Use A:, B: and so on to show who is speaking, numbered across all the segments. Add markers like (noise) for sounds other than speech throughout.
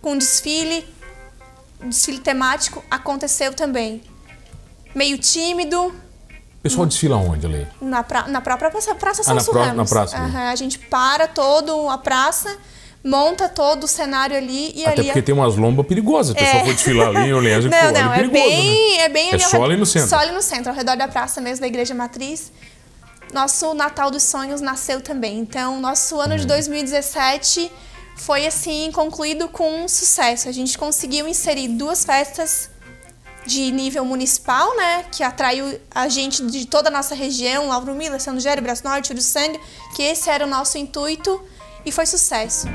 A: com desfile, desfile temático, aconteceu também. Meio tímido,
B: O pessoal desfila onde, Lei?
A: na, pra- na própria Praça, praça
B: Ah, na
A: Celso
B: pró- na
A: Ramos.
B: praça, né?
A: Aham, a gente para todo a praça, monta todo o cenário ali e
B: Até
A: ali... é-
B: porque tem umas lombas perigosas. O pessoal for desfilar ali
A: (laughs)
B: em Orleans,
A: Não,
B: pô, ali
A: não,
B: é
A: é
B: perigoso,
A: bem,
B: né?
A: é bem
B: É
A: ao
B: só
A: redor-
B: ali no centro.
A: Só ali no centro, ao redor da praça mesmo, da Igreja Matriz. Nosso Natal dos Sonhos nasceu também. Então, nosso
B: Uhum.
A: ano de 2017 foi, assim, concluído com um sucesso. A gente conseguiu inserir duas festas de nível municipal, né? Que atraiu a gente de toda a nossa região, Lauro Mila, São Gério, Braço Norte, Uruçanga, que esse era o nosso intuito e foi sucesso.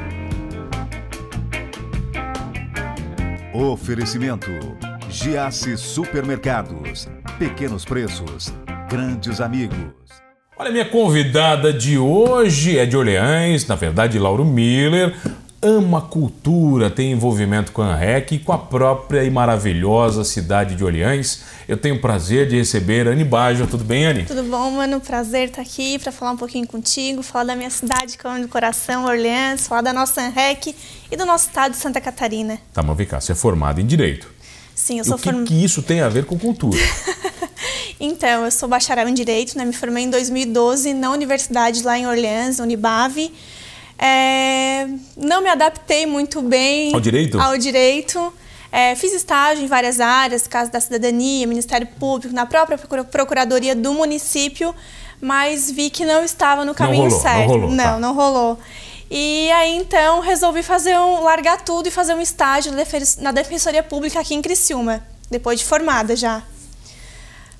C: Oferecimento: Giasse Supermercados. Pequenos preços, grandes amigos.
B: Olha, minha convidada de hoje é de Orleans, na verdade, Lauro Miller. Ama a cultura, tem envolvimento com a REC e com a própria e maravilhosa cidade de Orleans. Eu tenho o prazer de receber Anne Bajo. Tudo bem, Anne?
A: Tudo bom, mano? Prazer estar aqui para falar um pouquinho contigo, falar da minha cidade, que é do coração, Orleans, falar da nossa ANREC e do nosso estado de Santa Catarina.
B: Tá, mas vem cá, você é formada em Direito.
A: Sim, eu
B: E
A: sou
B: o que,
A: formada.
B: que isso tem a ver com cultura?
A: Então, eu sou bacharel em Direito, né? Me formei em 2012 na universidade lá em Orleans, Unibave. É, Não me adaptei muito bem
B: Ao direito?
A: Ao direito. É, fiz estágio em várias áreas, Casa da Cidadania, Ministério Público, na própria procura- Procuradoria do município, mas vi que não estava no caminho
B: rolou, não
A: certo.
B: rolou,
A: não,
B: tá.
A: não rolou. E aí então resolvi fazer um largar tudo e fazer um estágio na defen- na Defensoria Pública aqui em Criciúma, depois de formada já.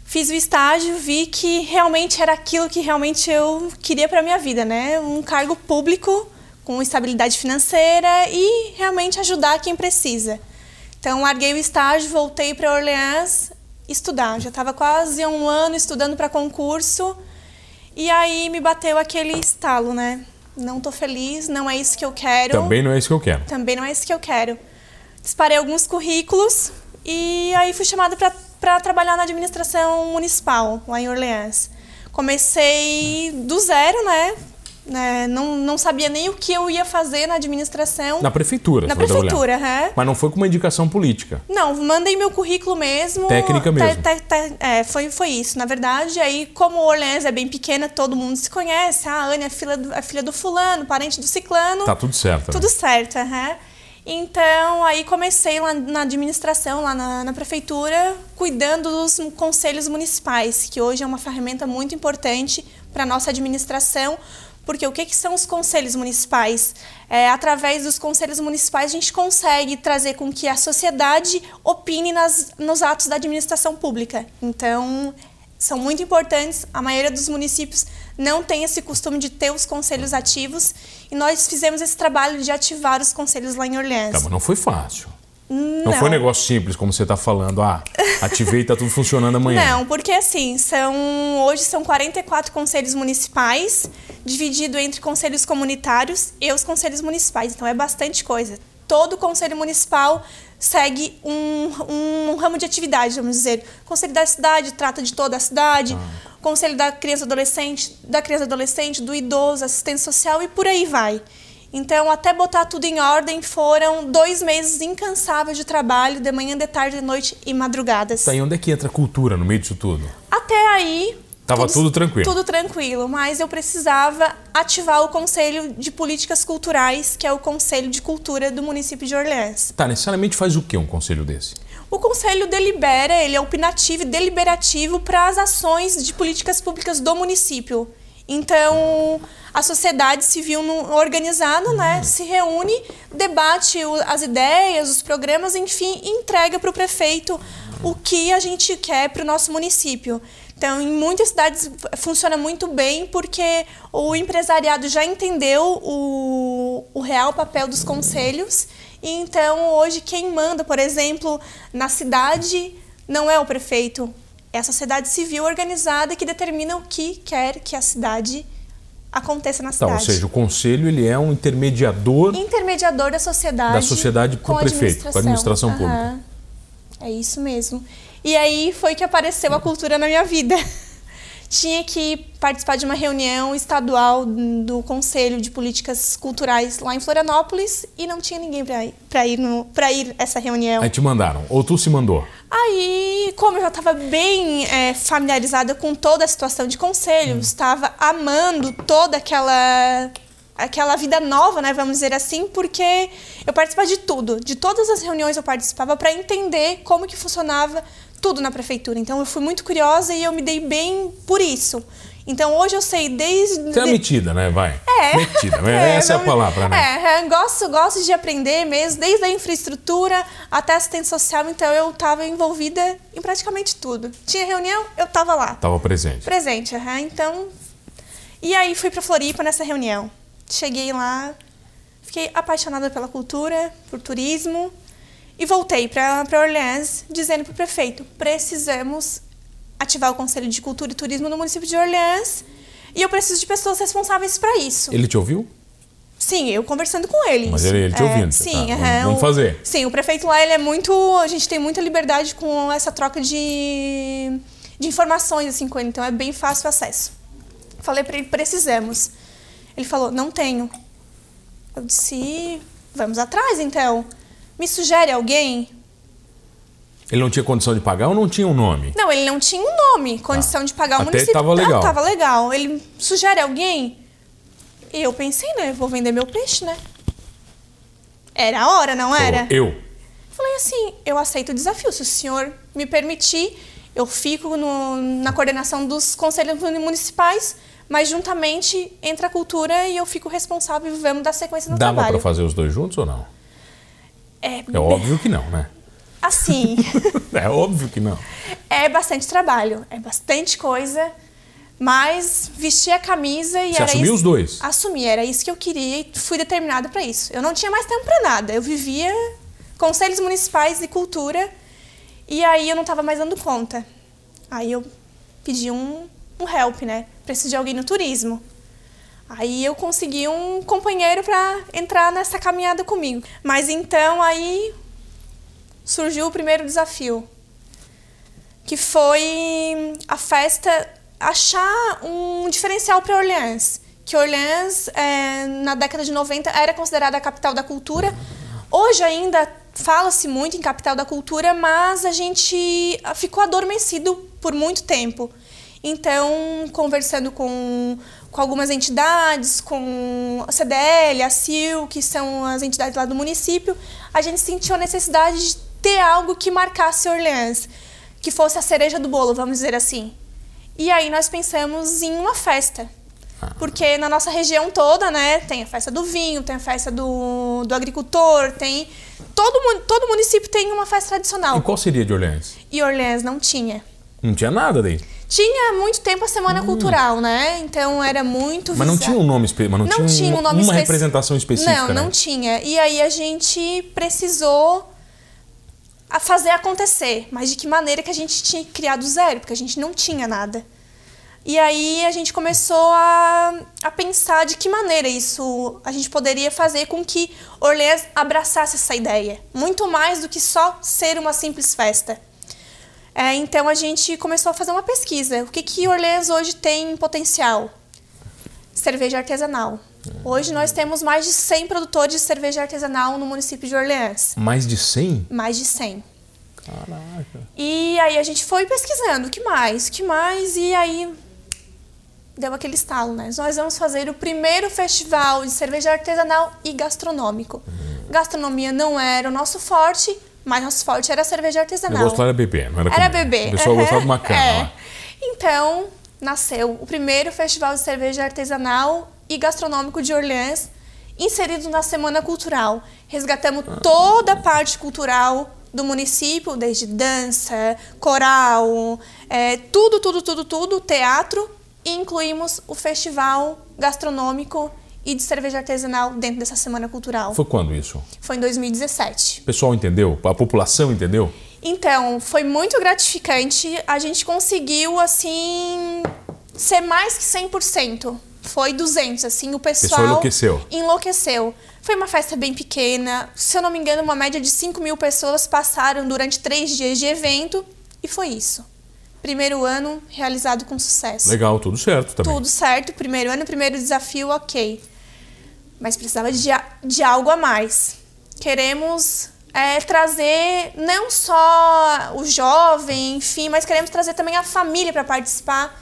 A: Fiz o estágio, vi que realmente era aquilo que realmente eu queria para minha vida, né? Um cargo público com estabilidade financeira e realmente ajudar quem precisa. Então larguei o estágio, voltei para Orleans estudar. Já estava quase um ano estudando para concurso e aí me bateu aquele estalo, né? Não tô feliz, não é isso que eu quero.
B: Também não é isso que eu quero.
A: Também não é isso que eu quero. Disparei alguns currículos e aí fui chamada para trabalhar na administração municipal, lá em Orleans. Comecei do zero, né? Né, não, não sabia nem o que eu ia fazer na administração.
B: Na prefeitura.
A: Na
B: você vai trabalhar.
A: prefeitura, né?
B: Mas não foi com uma indicação política.
A: Não, mandei meu currículo mesmo.
B: Técnica mesmo.
A: Te- te- te- é, foi, foi isso, na verdade. Aí, como Orleans é bem pequena, todo mundo se conhece. Ah, a Anne é filha do, a filha do fulano, parente do ciclano.
B: Tá tudo certo. né?
A: Tudo certo, aham. Então, aí comecei lá na administração, lá na, na prefeitura, cuidando dos conselhos municipais, que hoje é uma ferramenta muito importante para a nossa administração, porque o que, que são os conselhos municipais? É, através dos conselhos municipais, a gente consegue trazer com que a sociedade opine nas, nos atos da administração pública. Então, são muito importantes. A maioria dos municípios não tem esse costume de ter os conselhos ativos e nós fizemos esse trabalho de ativar os conselhos lá em Orleans.
B: Tá, mas não foi fácil.
A: não,
B: Não, foi um negócio simples, como você tá falando. Ah, ativei e tá tudo funcionando amanhã.
A: Não, porque assim, são hoje são 44 conselhos municipais, dividido entre conselhos comunitários e os conselhos municipais. Então é bastante coisa. Todo conselho municipal segue um, um ramo de atividade, vamos dizer. O conselho da cidade trata de toda a cidade, o conselho da criança e adolescente, da criança e adolescente, do idoso, assistente social e por aí vai. Então, até botar tudo em ordem, foram dois meses incansáveis de trabalho, de manhã, de tarde, de noite e madrugadas.
B: Tá, e onde é que entra a cultura no meio disso tudo?
A: Até aí.
B: Tava tudo tranquilo.
A: Tudo tranquilo, mas eu precisava ativar o Conselho de Políticas Culturais, que é o Conselho de Cultura do município de Orleans.
B: Tá, necessariamente faz o que um conselho desse?
A: O Conselho delibera, ele é opinativo e deliberativo para as ações de políticas públicas do município. Então, a sociedade civil no- organizada
B: Uhum.
A: né, se reúne, debate o- as ideias, os programas, enfim, e entrega para o prefeito o que a gente quer para o nosso município. Então, em muitas cidades fu- funciona muito bem porque o empresariado já entendeu o, o real papel dos conselhos. E então, hoje, quem manda, por exemplo, na cidade não é o prefeito, é a sociedade civil organizada que determina o que quer que a cidade aconteça na
B: Tá,
A: cidade.
B: ou seja, o conselho ele é um intermediador.
A: Então- Intermediador da sociedade.
B: Da sociedade pro
A: com a
B: prefeito, com a administração
A: Aham. É isso mesmo. E aí foi que apareceu a cultura na minha vida. (laughs) tinha que participar de uma reunião estadual do Conselho de Políticas Culturais lá em Florianópolis e não tinha ninguém para ir, pra ir, no, pra ir essa reunião.
B: Aí te mandaram, ou tu se mandou.
A: Aí, como eu já estava bem é, familiarizada com toda a situação de conselho, estava amando toda aquela aquela vida nova, né, vamos dizer assim, porque eu participava de tudo, de todas as reuniões eu participava para entender como que funcionava tudo na prefeitura. Então eu fui muito curiosa e eu me dei bem por isso. Então hoje eu sei desde
B: Tu é metida, né? Vai.
A: (laughs) É.
B: Metida. Essa é a
A: não-
B: palavra, né?
A: É, eu gosto, gosto de aprender mesmo, desde a infraestrutura até a assistência social, então eu estava envolvida em praticamente tudo. Tinha reunião, eu estava lá.
B: Tava presente.
A: Presente, aham. Então. E aí fui pra Floripa nessa reunião. Cheguei lá, fiquei apaixonada pela cultura, por turismo. E voltei pra pra Orleans dizendo pro prefeito: precisamos ativar o Conselho de Cultura e Turismo no município de Orleans. E eu preciso de pessoas responsáveis pra isso.
B: Ele te ouviu?
A: Sim, eu conversando com ele. É,
B: Mas ele- ele te ouvindo,
A: Sim,
B: tá? Vamos-
A: aham.
B: vamos fazer.
A: Sim, o prefeito lá, ele é muito... A gente tem muita liberdade com essa troca de, de informações, assim, com ele. Então, é bem fácil o acesso. Falei pra ele, precisamos. Ele falou, não tenho. Eu disse, vamos atrás, então. Me sugere alguém?
B: Ele não tinha condição de pagar ou não tinha um nome?
A: Não, ele não tinha um nome, condição de pagar o
B: Tá. Até
A: município.
B: tava
A: Não,
B: legal.
A: tava legal. Ele sugere alguém. E eu pensei, né? Vou vender meu peixe, né? Era a hora, não
B: Falou,
A: era?
B: Eu.
A: Falei assim, eu aceito o desafio. Se o senhor me permitir, eu fico no- na coordenação dos conselhos muni- municipais, mas juntamente entra a cultura e eu fico responsável e vamos dar sequência no
B: Dava pra
A: trabalho.
B: fazer os dois juntos ou não?
A: É,
B: É óbvio que não, né? (laughs)
A: assim.
B: É óbvio que não.
A: É bastante trabalho, é bastante coisa, mas vesti a camisa e
B: Você
A: era
B: assumiu
A: isso.
B: os dois?
A: Assumi, era isso que eu queria e fui determinada para isso. Eu não tinha mais tempo para nada, eu vivia conselhos municipais e cultura e aí eu não estava mais dando conta. Aí eu pedi um, um help, né? Preciso de alguém no turismo. Aí eu consegui um companheiro para entrar nessa caminhada comigo. Mas então aí surgiu o primeiro desafio, que foi a festa achar um diferencial para Orleans. Que Orleans, eh, na década de 90, era considerada a capital da cultura. Hoje ainda fala-se muito em capital da cultura, mas a gente ah, ficou adormecido por muito tempo. Então, conversando com, com algumas entidades, com a CDL, a CIL, que são as entidades lá do município, a gente sentiu a necessidade de ter algo que marcasse Orleans, que fosse a cereja do bolo, vamos dizer assim. E aí nós pensamos em uma festa. Porque na nossa região toda, né, tem a festa do vinho, tem a festa do, do agricultor, tem. Todo, mu- todo município tem uma festa
B: E
A: tradicional.
B: qual seria de Orleans?
A: E Orleans não tinha.
B: Não tinha nada daí.
A: Tinha há muito tempo a Semana Cultural, né? Então era muito
B: Hum. Mas não
A: visa-
B: tinha um nome específico. Mas não,
A: é. Não tinha um nome
B: uma
A: especi-
B: representação específica.
A: Não, não
B: né?
A: tinha. E aí a gente precisou a fazer acontecer. Mas de que maneira que a gente tinha que criar do zero? Porque a gente não tinha nada. E aí a gente começou a, a pensar de que maneira isso a gente poderia fazer com que Orleans abraçasse essa ideia. Muito mais do que só ser uma simples festa. É, então a gente começou a fazer uma pesquisa. O que, que Orleans hoje tem em potencial? Cerveja artesanal. Hoje nós temos mais de 100 produtores de cerveja artesanal no município de Orleans.
B: Mais de 100?
A: Mais de 100.
B: Caraca.
A: E aí a gente foi pesquisando, o que mais, o que mais, e aí deu aquele estalo, né? Nós vamos fazer o primeiro festival de cerveja artesanal e gastronômico. Gastronomia não era o nosso forte, mas nosso forte era a cerveja
B: O
A: artesanal.
B: negócio lá era bebê, não era
A: Ah, Era
B: comer.
A: bebê.
B: O pessoal
A: aham, (laughs)
B: gostava de uma cana
A: é.
B: lá.
A: Então, nasceu o primeiro festival de cerveja artesanal e gastronômico de Orleans, inserido na Semana Cultural. Resgatamos toda a parte cultural do município, desde dança, coral, é, tudo, tudo, tudo, tudo, teatro, e incluímos o festival gastronômico e de cerveja artesanal dentro dessa Semana Cultural.
B: Foi quando isso?
A: Foi em 2017.
B: O pessoal entendeu? A população entendeu?
A: Então, foi muito gratificante. A gente conseguiu, assim, ser mais que 100%. Foi 200, assim, o pessoal...
B: enlouqueceu.
A: Enlouqueceu. Foi uma festa bem pequena. Se eu não me engano, uma média de 5 mil pessoas passaram durante três dias de evento. E foi isso. Primeiro ano realizado com sucesso.
B: Legal, tudo certo também.
A: Tudo certo, primeiro ano, primeiro desafio, ok. Mas precisava de, a- de algo a mais. Queremos é, trazer não só o jovem, enfim, mas queremos trazer também a família para participar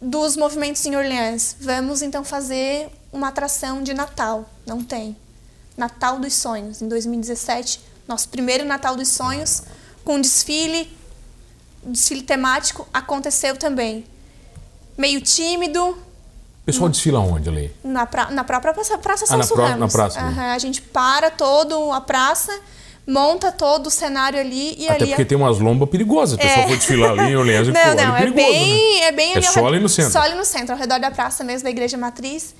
A: dos movimentos em Orleans. Vamos então fazer uma atração de Natal. Não tem. Natal dos Sonhos, em 2017, nosso primeiro Natal dos Sonhos, com um desfile, um desfile temático, aconteceu também. Meio tímido,
B: O pessoal desfila onde ali?
A: na, pra- na própria Praça, praça São
B: Ah, na pró- na praça, né?
A: a gente para todo a praça, monta todo o cenário ali e
B: Até
A: ali... é
B: porque tem umas lombas perigosas. O pessoal foi desfilar ali em Orleans
A: (laughs)
B: e
A: Não,
B: ficou
A: não,
B: ali
A: é
B: perigoso, né?
A: bem, é bem
B: É
A: ao
B: só
A: redor-
B: ali no centro.
A: Só ali no centro, ao redor da praça mesmo, da Igreja Matriz.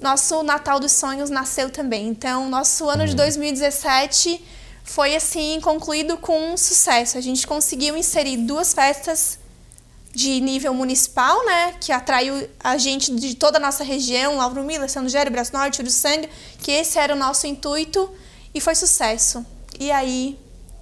A: Nosso Natal dos Sonhos nasceu também. Então, nosso ano
B: Hum.
A: de 2017 foi assim concluído com um sucesso. A gente conseguiu inserir duas festas de nível municipal, né, que atraiu a gente de toda a nossa região, Lauro Miller, São Gério, Braço Norte, Uruçanga, que esse era o nosso intuito e foi sucesso. E aí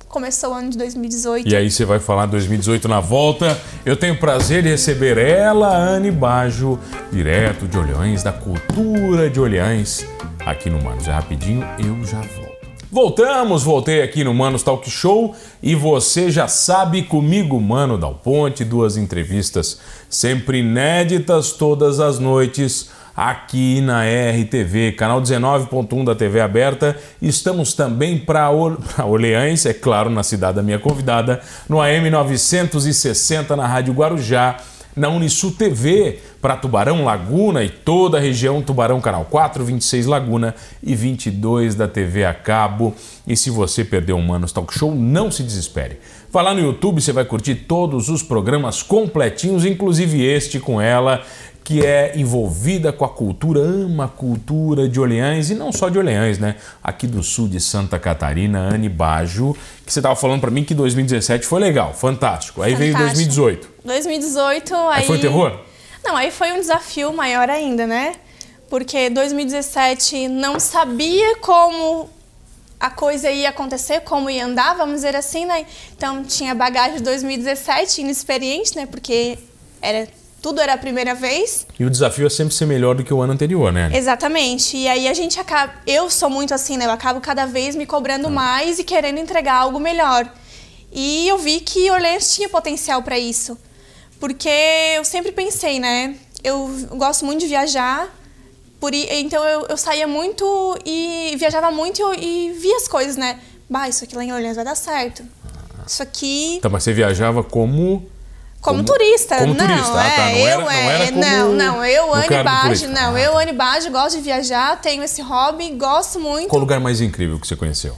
A: começou o ano de 2018.
B: E aí você vai falar 2018 na volta. Eu tenho o prazer de receber ela, Anne Bajo, direto de Olhães, da cultura de Olhães, aqui no Manos. É rapidinho, eu já volto. Voltamos, voltei aqui no Manos Talk Show e você já sabe comigo, Mano Dal Ponte, duas entrevistas sempre inéditas todas as noites aqui na RTV, canal 19.1 da TV aberta. Estamos também para Or... pra Orleans, é claro, na cidade da minha convidada, no AM 960 na Rádio Guarujá, na Unisul TV, para Tubarão Laguna e toda a região Tubarão Canal 4, 26 Laguna e 22 da TV a cabo. E se você perdeu um Manos Talk Show, não se desespere. Vai lá no YouTube, você vai curtir todos os programas completinhos, inclusive este com ela, que é envolvida com a cultura, ama a cultura de Orleans e não só de Orleans, né? Aqui do sul de Santa Catarina, Anne Bajo, que você estava falando para mim que 2017 foi legal, fantástico. Aí veio
A: Fantástico.
B: 2018.
A: 2018, aí...
B: foi um terror?
A: Não, aí foi um desafio maior ainda, né? Porque 2017 não sabia como a coisa ia acontecer, como ia andar, vamos dizer assim, né? Então tinha bagagem de 2017, inexperiente, né? Porque era, tudo era a primeira vez.
B: E o desafio é sempre ser melhor do que o ano anterior, né? Anne?
A: Exatamente. E aí a gente acaba. Eu sou muito assim, né? Eu acabo cada vez me cobrando mais e querendo entregar algo melhor. E eu vi que Orleans tinha potencial para isso. Porque eu sempre pensei, né? Eu gosto muito de viajar. Por, i- então eu, eu saía muito e viajava muito e eu- e, via as coisas, né? Bah, isso aqui lá em Orleans vai dar certo. Isso aqui
B: Então, mas você viajava como
A: como,
B: Como-
A: turista,
B: como
A: não,
B: turista, ah,
A: é,
B: tá, não
A: eu
B: era- não
A: é,
B: era como
A: não, não, eu
B: no
A: Anne
B: cargo
A: Baggio,
B: político.
A: não,
B: Ah,
A: eu
B: tá.
A: Anne Baggio, gosto de viajar, tenho esse hobby, gosto muito.
B: qual o lugar mais incrível que você conheceu?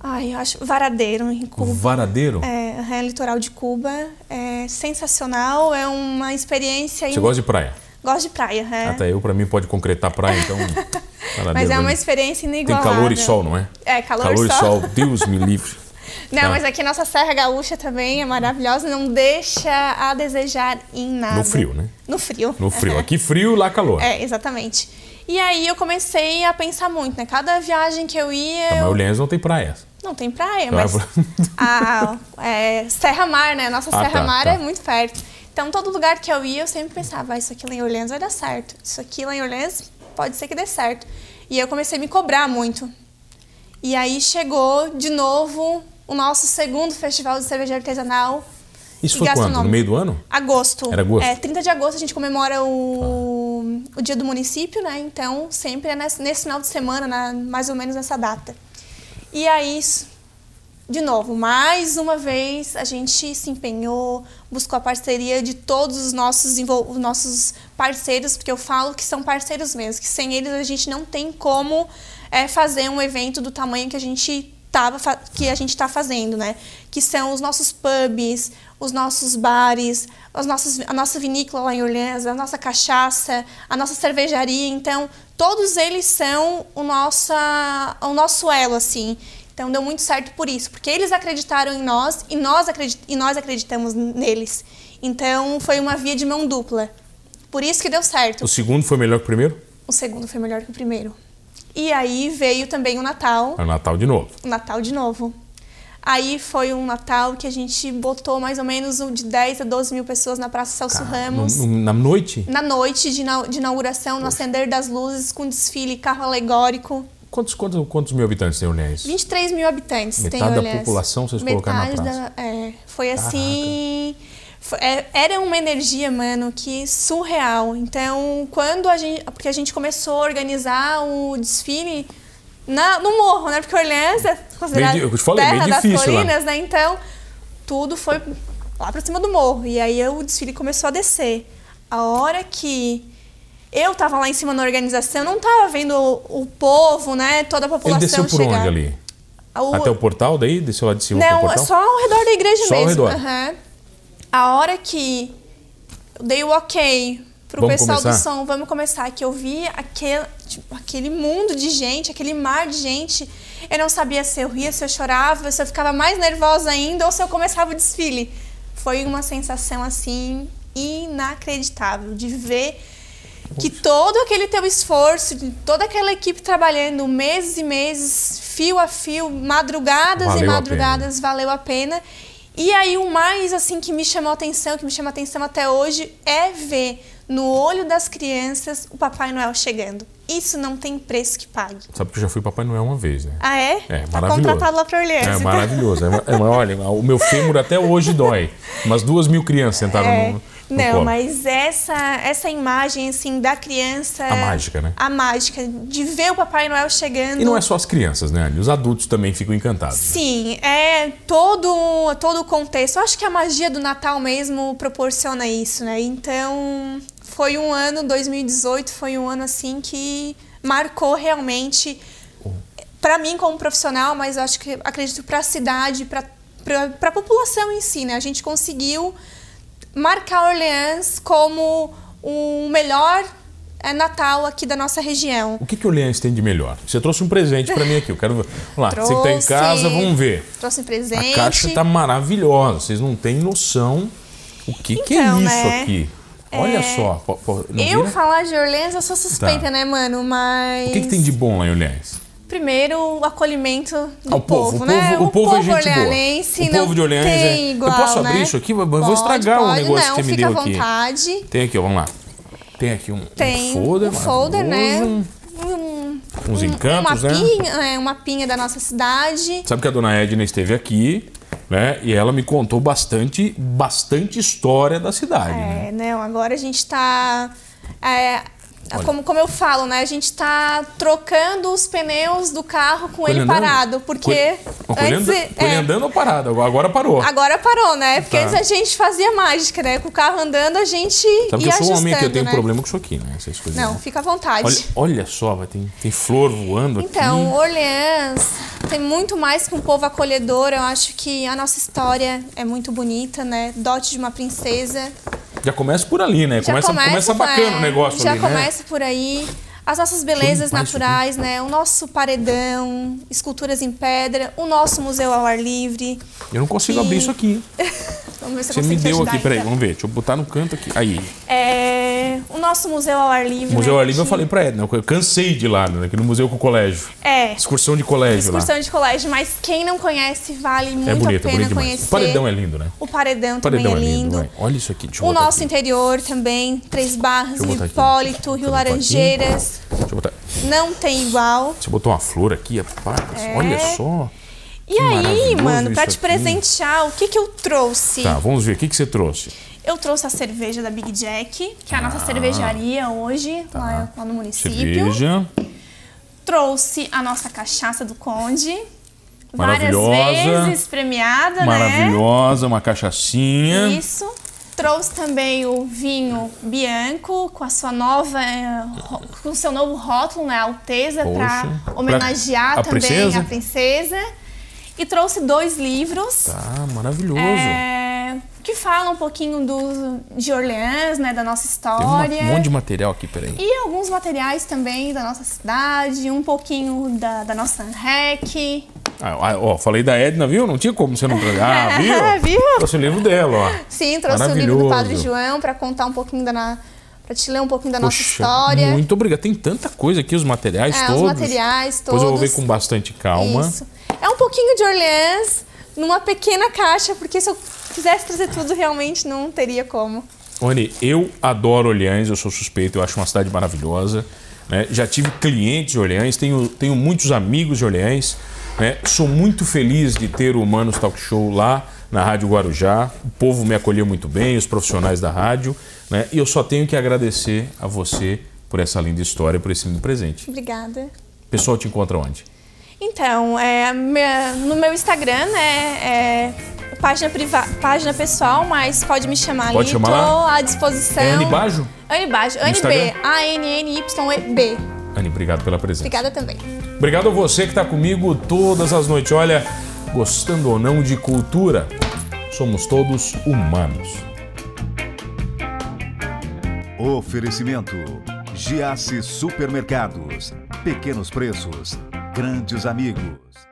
A: Ai, eu acho varadeiro em
B: O
A: Cuba.
B: Varadeiro?
A: É, aham, litoral de Cuba, é sensacional, é uma experiência
B: Você gosta de Ah, tá, praia?
A: gosto de praia, é.
B: Até eu, para mim, pode concretar
A: (laughs)
B: praia, então. Varadeiro,
A: Mas é
B: pra
A: uma
B: mim.
A: experiência
B: Tem
A: inigualável.
B: calor e sol, não é?
A: É, calor,
B: calor
A: e sol.
B: Deus me livre.
A: Não,
B: Tá.
A: mas aqui nossa Serra Gaúcha também é maravilhosa, não deixa a desejar em nada.
B: No frio, né?
A: No frio. (laughs)
B: No frio. Aqui frio, lá calor.
A: É, exatamente. E aí eu comecei a pensar muito, né? Cada viagem que eu ia.
B: Mas
A: É, eu-
B: Orleans não tem praia.
A: Não tem praia,
B: Praia
A: mas. Ah, é, Serra Mar, né? Nossa
B: Ah,
A: Serra
B: tá,
A: Mar
B: tá.
A: é muito perto. Então, todo lugar que eu ia, eu sempre pensava: "Ah, isso aqui lá em Orleans vai dar certo. Isso aqui lá em Orleans pode ser que dê certo. E eu comecei a me cobrar muito. E aí chegou de novo o nosso segundo festival de cerveja artesanal.
B: Isso
A: e
B: foi quando? No
A: gastronômica.
B: meio do ano?
A: Agosto.
B: Era agosto? Tá.
A: É, 30 de agosto a gente comemora o, o dia do município, né? Então, sempre é nesse, nesse final de semana, na- mais ou menos nessa data. E aí, s- de novo, mais uma vez, a gente se empenhou, buscou a parceria de todos os nossos, envol- os nossos parceiros, porque eu falo que são parceiros mesmo, que sem eles a gente não tem como é, fazer um evento do tamanho que a gente tava fa- que a gente está fazendo, né? Que são os nossos pubs, os nossos bares, os nossos, a nossa vinícola lá em Orleans, a nossa cachaça, a nossa cervejaria. Então, todos eles são o, nossa, o nosso elo, assim. Então deu muito certo por isso, porque eles acreditaram em nós e nós, acredi- e nós acreditamos neles. Então foi uma via de mão dupla. Por isso que deu certo.
B: O segundo foi melhor que o primeiro?
A: O segundo foi melhor que o primeiro. E aí veio também o Natal,
B: É o Natal de novo.
A: o Natal de novo. Aí foi um Natal que a gente botou mais ou menos de 10 a 12 mil pessoas na Praça Celso Ramos.
B: Ah, No- no- na noite?
A: Na noite de, inau- de inauguração, no acender das luzes, com desfile, carro alegórico.
B: Quantos, quantos, quantos mil habitantes tem Orleans?
A: 23 mil habitantes tem
B: Metade da
A: Orleans.
B: população vocês colocaram na praça.
A: Da, é, foi assim. foi- é, era uma energia, mano, que surreal. Então, quando a gente. Porque a gente começou a organizar o desfile na, no morro, né? Porque Orleans é considerada
B: Bem di- eu te falei,
A: terra
B: bem
A: das
B: difícil lá.
A: colinas, né? Então, tudo foi lá pra cima do morro. E aí o desfile começou a descer. A hora que. Eu tava lá em cima na organização, eu não tava vendo o, o povo, né? Toda a
B: Ele
A: população
B: desceu por
A: chegar.
B: onde ali?
A: O-
B: Até o portal daí? Desceu lá de cima pro
A: não, é
B: portal?
A: só ao redor da igreja
B: Só ao
A: mesmo.
B: redor.
A: Aham. A hora que eu dei o ok pro
B: Vamos
A: pessoal
B: começar?
A: do som, vamos começar, que eu vi aquele, tipo, aquele mundo de gente, aquele mar de gente. Eu não sabia se eu ria, se eu chorava, se eu ficava mais nervosa ainda ou se eu começava o desfile. Foi uma sensação assim inacreditável de ver que todo aquele teu esforço, de toda aquela equipe trabalhando meses e meses, fio a fio, madrugadas e
B: Valeu a
A: madrugadas, valeu a pena. E aí o mais assim que me chamou atenção, que me chama atenção até hoje, é ver no olho das crianças o Papai Noel chegando. Isso não tem preço que pague.
B: Sabe que eu já fui Papai Noel uma vez, né?
A: Ah é?
B: É,
A: tá
B: maravilhoso.
A: contratado lá pra Orleans.
B: É
A: então.
B: maravilhoso. É, ma- é, ma- olha, o meu fêmur até hoje dói. Umas duas mil crianças sentaram
A: (laughs) É.
B: no, no
A: Não,
B: colo.
A: mas essa essa imagem assim da criança
B: A mágica, né?
A: A mágica de ver o Papai Noel chegando.
B: E não é só as crianças, né? Anny? Os adultos também ficam encantados.
A: Sim, é todo todo o contexto. Eu acho que a magia do Natal mesmo proporciona isso, né? Então, foi um ano 2018 foi um ano assim que marcou realmente para mim como profissional, mas eu acho que acredito para a cidade, para a população em si, né? A gente conseguiu marcar Orleans como o melhor eh, Natal aqui da nossa região.
B: O que que Orleans tem de melhor? Você trouxe um presente pra mim aqui. Eu quero ver. Vamos lá, você que tá em
A: Trouxe.
B: casa, vamos ver.
A: Trouxe um
B: A
A: presente.
B: caixa tá maravilhosa. Vocês não têm noção o que que é
A: Então,
B: isso
A: né?
B: aqui. Olha
A: É.
B: só. po- po- não
A: Eu
B: vira?
A: falar de Orleans, eu sou suspeita,
B: Tá.
A: né, mano? Mas.
B: O que, que tem de bom lá em Orleans?
A: Primeiro, o acolhimento do
B: Ah, o povo, o
A: né?
B: povo, o povo é gente boa.
A: orleanense
B: O
A: não
B: povo de Orleans
A: tem
B: é- Eu
A: igual,
B: posso
A: né?
B: abrir isso aqui? Eu vou estragar o
A: pode,
B: negócio que
A: não,
B: você me
A: fica
B: deu
A: à
B: aqui.
A: vontade.
B: Tem aqui, ó, vamos lá. Tem aqui um, um
A: Tem
B: folder.
A: o folder, né?
B: maravilhoso,
A: Um,
B: Uns encantos,
A: um
B: né?
A: mapinha, é, um mapinha da nossa cidade.
B: Sabe que a dona Edna esteve aqui, né? E ela me contou bastante, bastante história da cidade, né?
A: É, não, agora a gente tá. é, como, como eu falo, né? A gente tá trocando os pneus do carro com ele
B: Coelho andando?
A: parado, porque.
B: Coelho- Não, coelho
A: antes-
B: anda- coelho
A: é,
B: andando ou parado? Agora- Agora parou.
A: Agora parou, né? Porque
B: Tá.
A: antes a gente fazia mágica, né? Com o carro andando, a gente
B: Sabe que
A: ia
B: eu sou um homem aqui, eu
A: ajustando,
B: tenho
A: né?
B: problema com isso aqui, né? Essas coisas.
A: Não,
B: né?
A: fica à vontade.
B: Olha, olha só, vai, tem, tem flor voando
A: É Então,
B: aqui.
A: Orleans tem muito mais que um povo acolhedor. Eu acho que a nossa história é muito bonita, né? Dote de uma princesa.
B: Já começa por ali, né?
A: Já
B: Começa, começa, bacana
A: é,
B: o negócio
A: Já
B: ali, né?
A: começa por aí. As nossas belezas
B: Tem mais aqui?
A: naturais, né? O nosso paredão, esculturas em pedra, o nosso museu ao ar livre.
B: Eu não consigo abrir isso aqui.
A: Vamos ver se eu
B: Você me
A: consigo te
B: deu
A: ajudar,
B: aqui, peraí,
A: então.
B: vamos ver. Deixa eu botar no canto aqui. Aí,
A: É, o nosso museu ao ar livre.
B: Museu
A: né,
B: Ar Livre eu
A: que-
B: falei pra Edna, eu cansei de ir lá, né? No museu com o colégio.
A: É,
B: Excursão de colégio
A: excursão de colégio, mas quem não conhece vale
B: lá. É
A: muito
B: bonito,
A: a
B: é
A: pena
B: bonito demais.
A: conhecer.
B: O paredão é lindo, né?
A: O paredão
B: O paredão
A: também é lindo.
B: vai. Olha isso aqui, deixa
A: O
B: eu botar
A: nosso
B: aqui.
A: interior também, Três Barras,
B: Deixa eu
A: Rio
B: botar aqui. Tá
A: Hipólito, Rio
B: Deixa eu botar aqui.
A: Laranjeiras,
B: Deixa eu botar.
A: não tem igual.
B: Você botou uma flor aqui, rapaz.
A: É.
B: Olha só.
A: E aí,
B: maravilhoso
A: mano, pra
B: isso
A: te
B: aqui.
A: presentear, o que que eu trouxe?
B: Tá, vamos ver. O que, que você trouxe?
A: Eu trouxe a cerveja da Big Jack, que é a nossa cervejaria hoje, lá, lá no município.
B: Ah. Tá. Cerveja.
A: Trouxe a nossa cachaça do Conde.
B: Maravilhosa.
A: Várias vezes premiada, né?
B: Maravilhosa, uma cachaçinha.
A: Isso. Trouxe também o vinho Bianco com a sua nova, eh, ro- com o seu novo rótulo, né, Alteza,
B: Poxa.
A: para homenagear
B: Pra- a
A: também
B: princesa?
A: a princesa. E trouxe dois livros
B: Tá, maravilhoso.
A: eh, que falam um pouquinho do, de Orleans, né, da nossa
B: Tem uma-
A: história.
B: um monte de material aqui, peraí.
A: E alguns materiais também da nossa cidade, um pouquinho da, da nossa REC.
B: Ah, ah, ó, falei da Edna, viu? Não tinha como você não trazer. Ah,
A: (laughs)
B: viu?
A: Viu?
B: Trouxe o livro dela, ó.
A: Sim, trouxe o livro do Padre
B: Maravilhoso.
A: João para contar um pouquinho da. na- pra te ler um pouquinho da nossa
B: Poxa,
A: história.
B: Muito obrigado. Tem tanta coisa aqui, os materiais
A: É, os
B: todos.
A: materiais
B: Depois eu vou ver
A: todos.
B: com bastante calma.
A: Isso. É um pouquinho de Orleans, numa pequena caixa, porque se eu quisesse trazer tudo, realmente não teria como.
B: Oni, eu adoro Orleans, eu sou suspeito, eu acho uma cidade maravilhosa. né? Já tive clientes de Orleans, tenho, tenho muitos amigos de Orleans. né? Sou muito feliz de ter o Humanos Talk Show lá na Rádio Guarujá. O povo me acolheu muito bem, os profissionais da rádio. né? E eu só tenho que agradecer a você por essa linda história, por esse lindo presente.
A: Obrigada.
B: O pessoal te encontra onde?
A: Então, é, me- no meu Instagram, né? É, página, priva, página pessoal, mas pode me chamar
B: Pode
A: ali.
B: chamar
A: tô
B: lá?
A: à disposição.
B: É Anne Bajo?
A: Anne Bajo. Anne B.
B: Instagram?
A: A-N-N-Y-E-B.
B: Anne, obrigado pela presença.
A: Obrigada também.
B: Obrigado a você que está comigo todas as noites. Olha, gostando ou não de cultura, somos todos humanos.
C: Oferecimento: Giasse Supermercados. Pequenos preços, grandes amigos.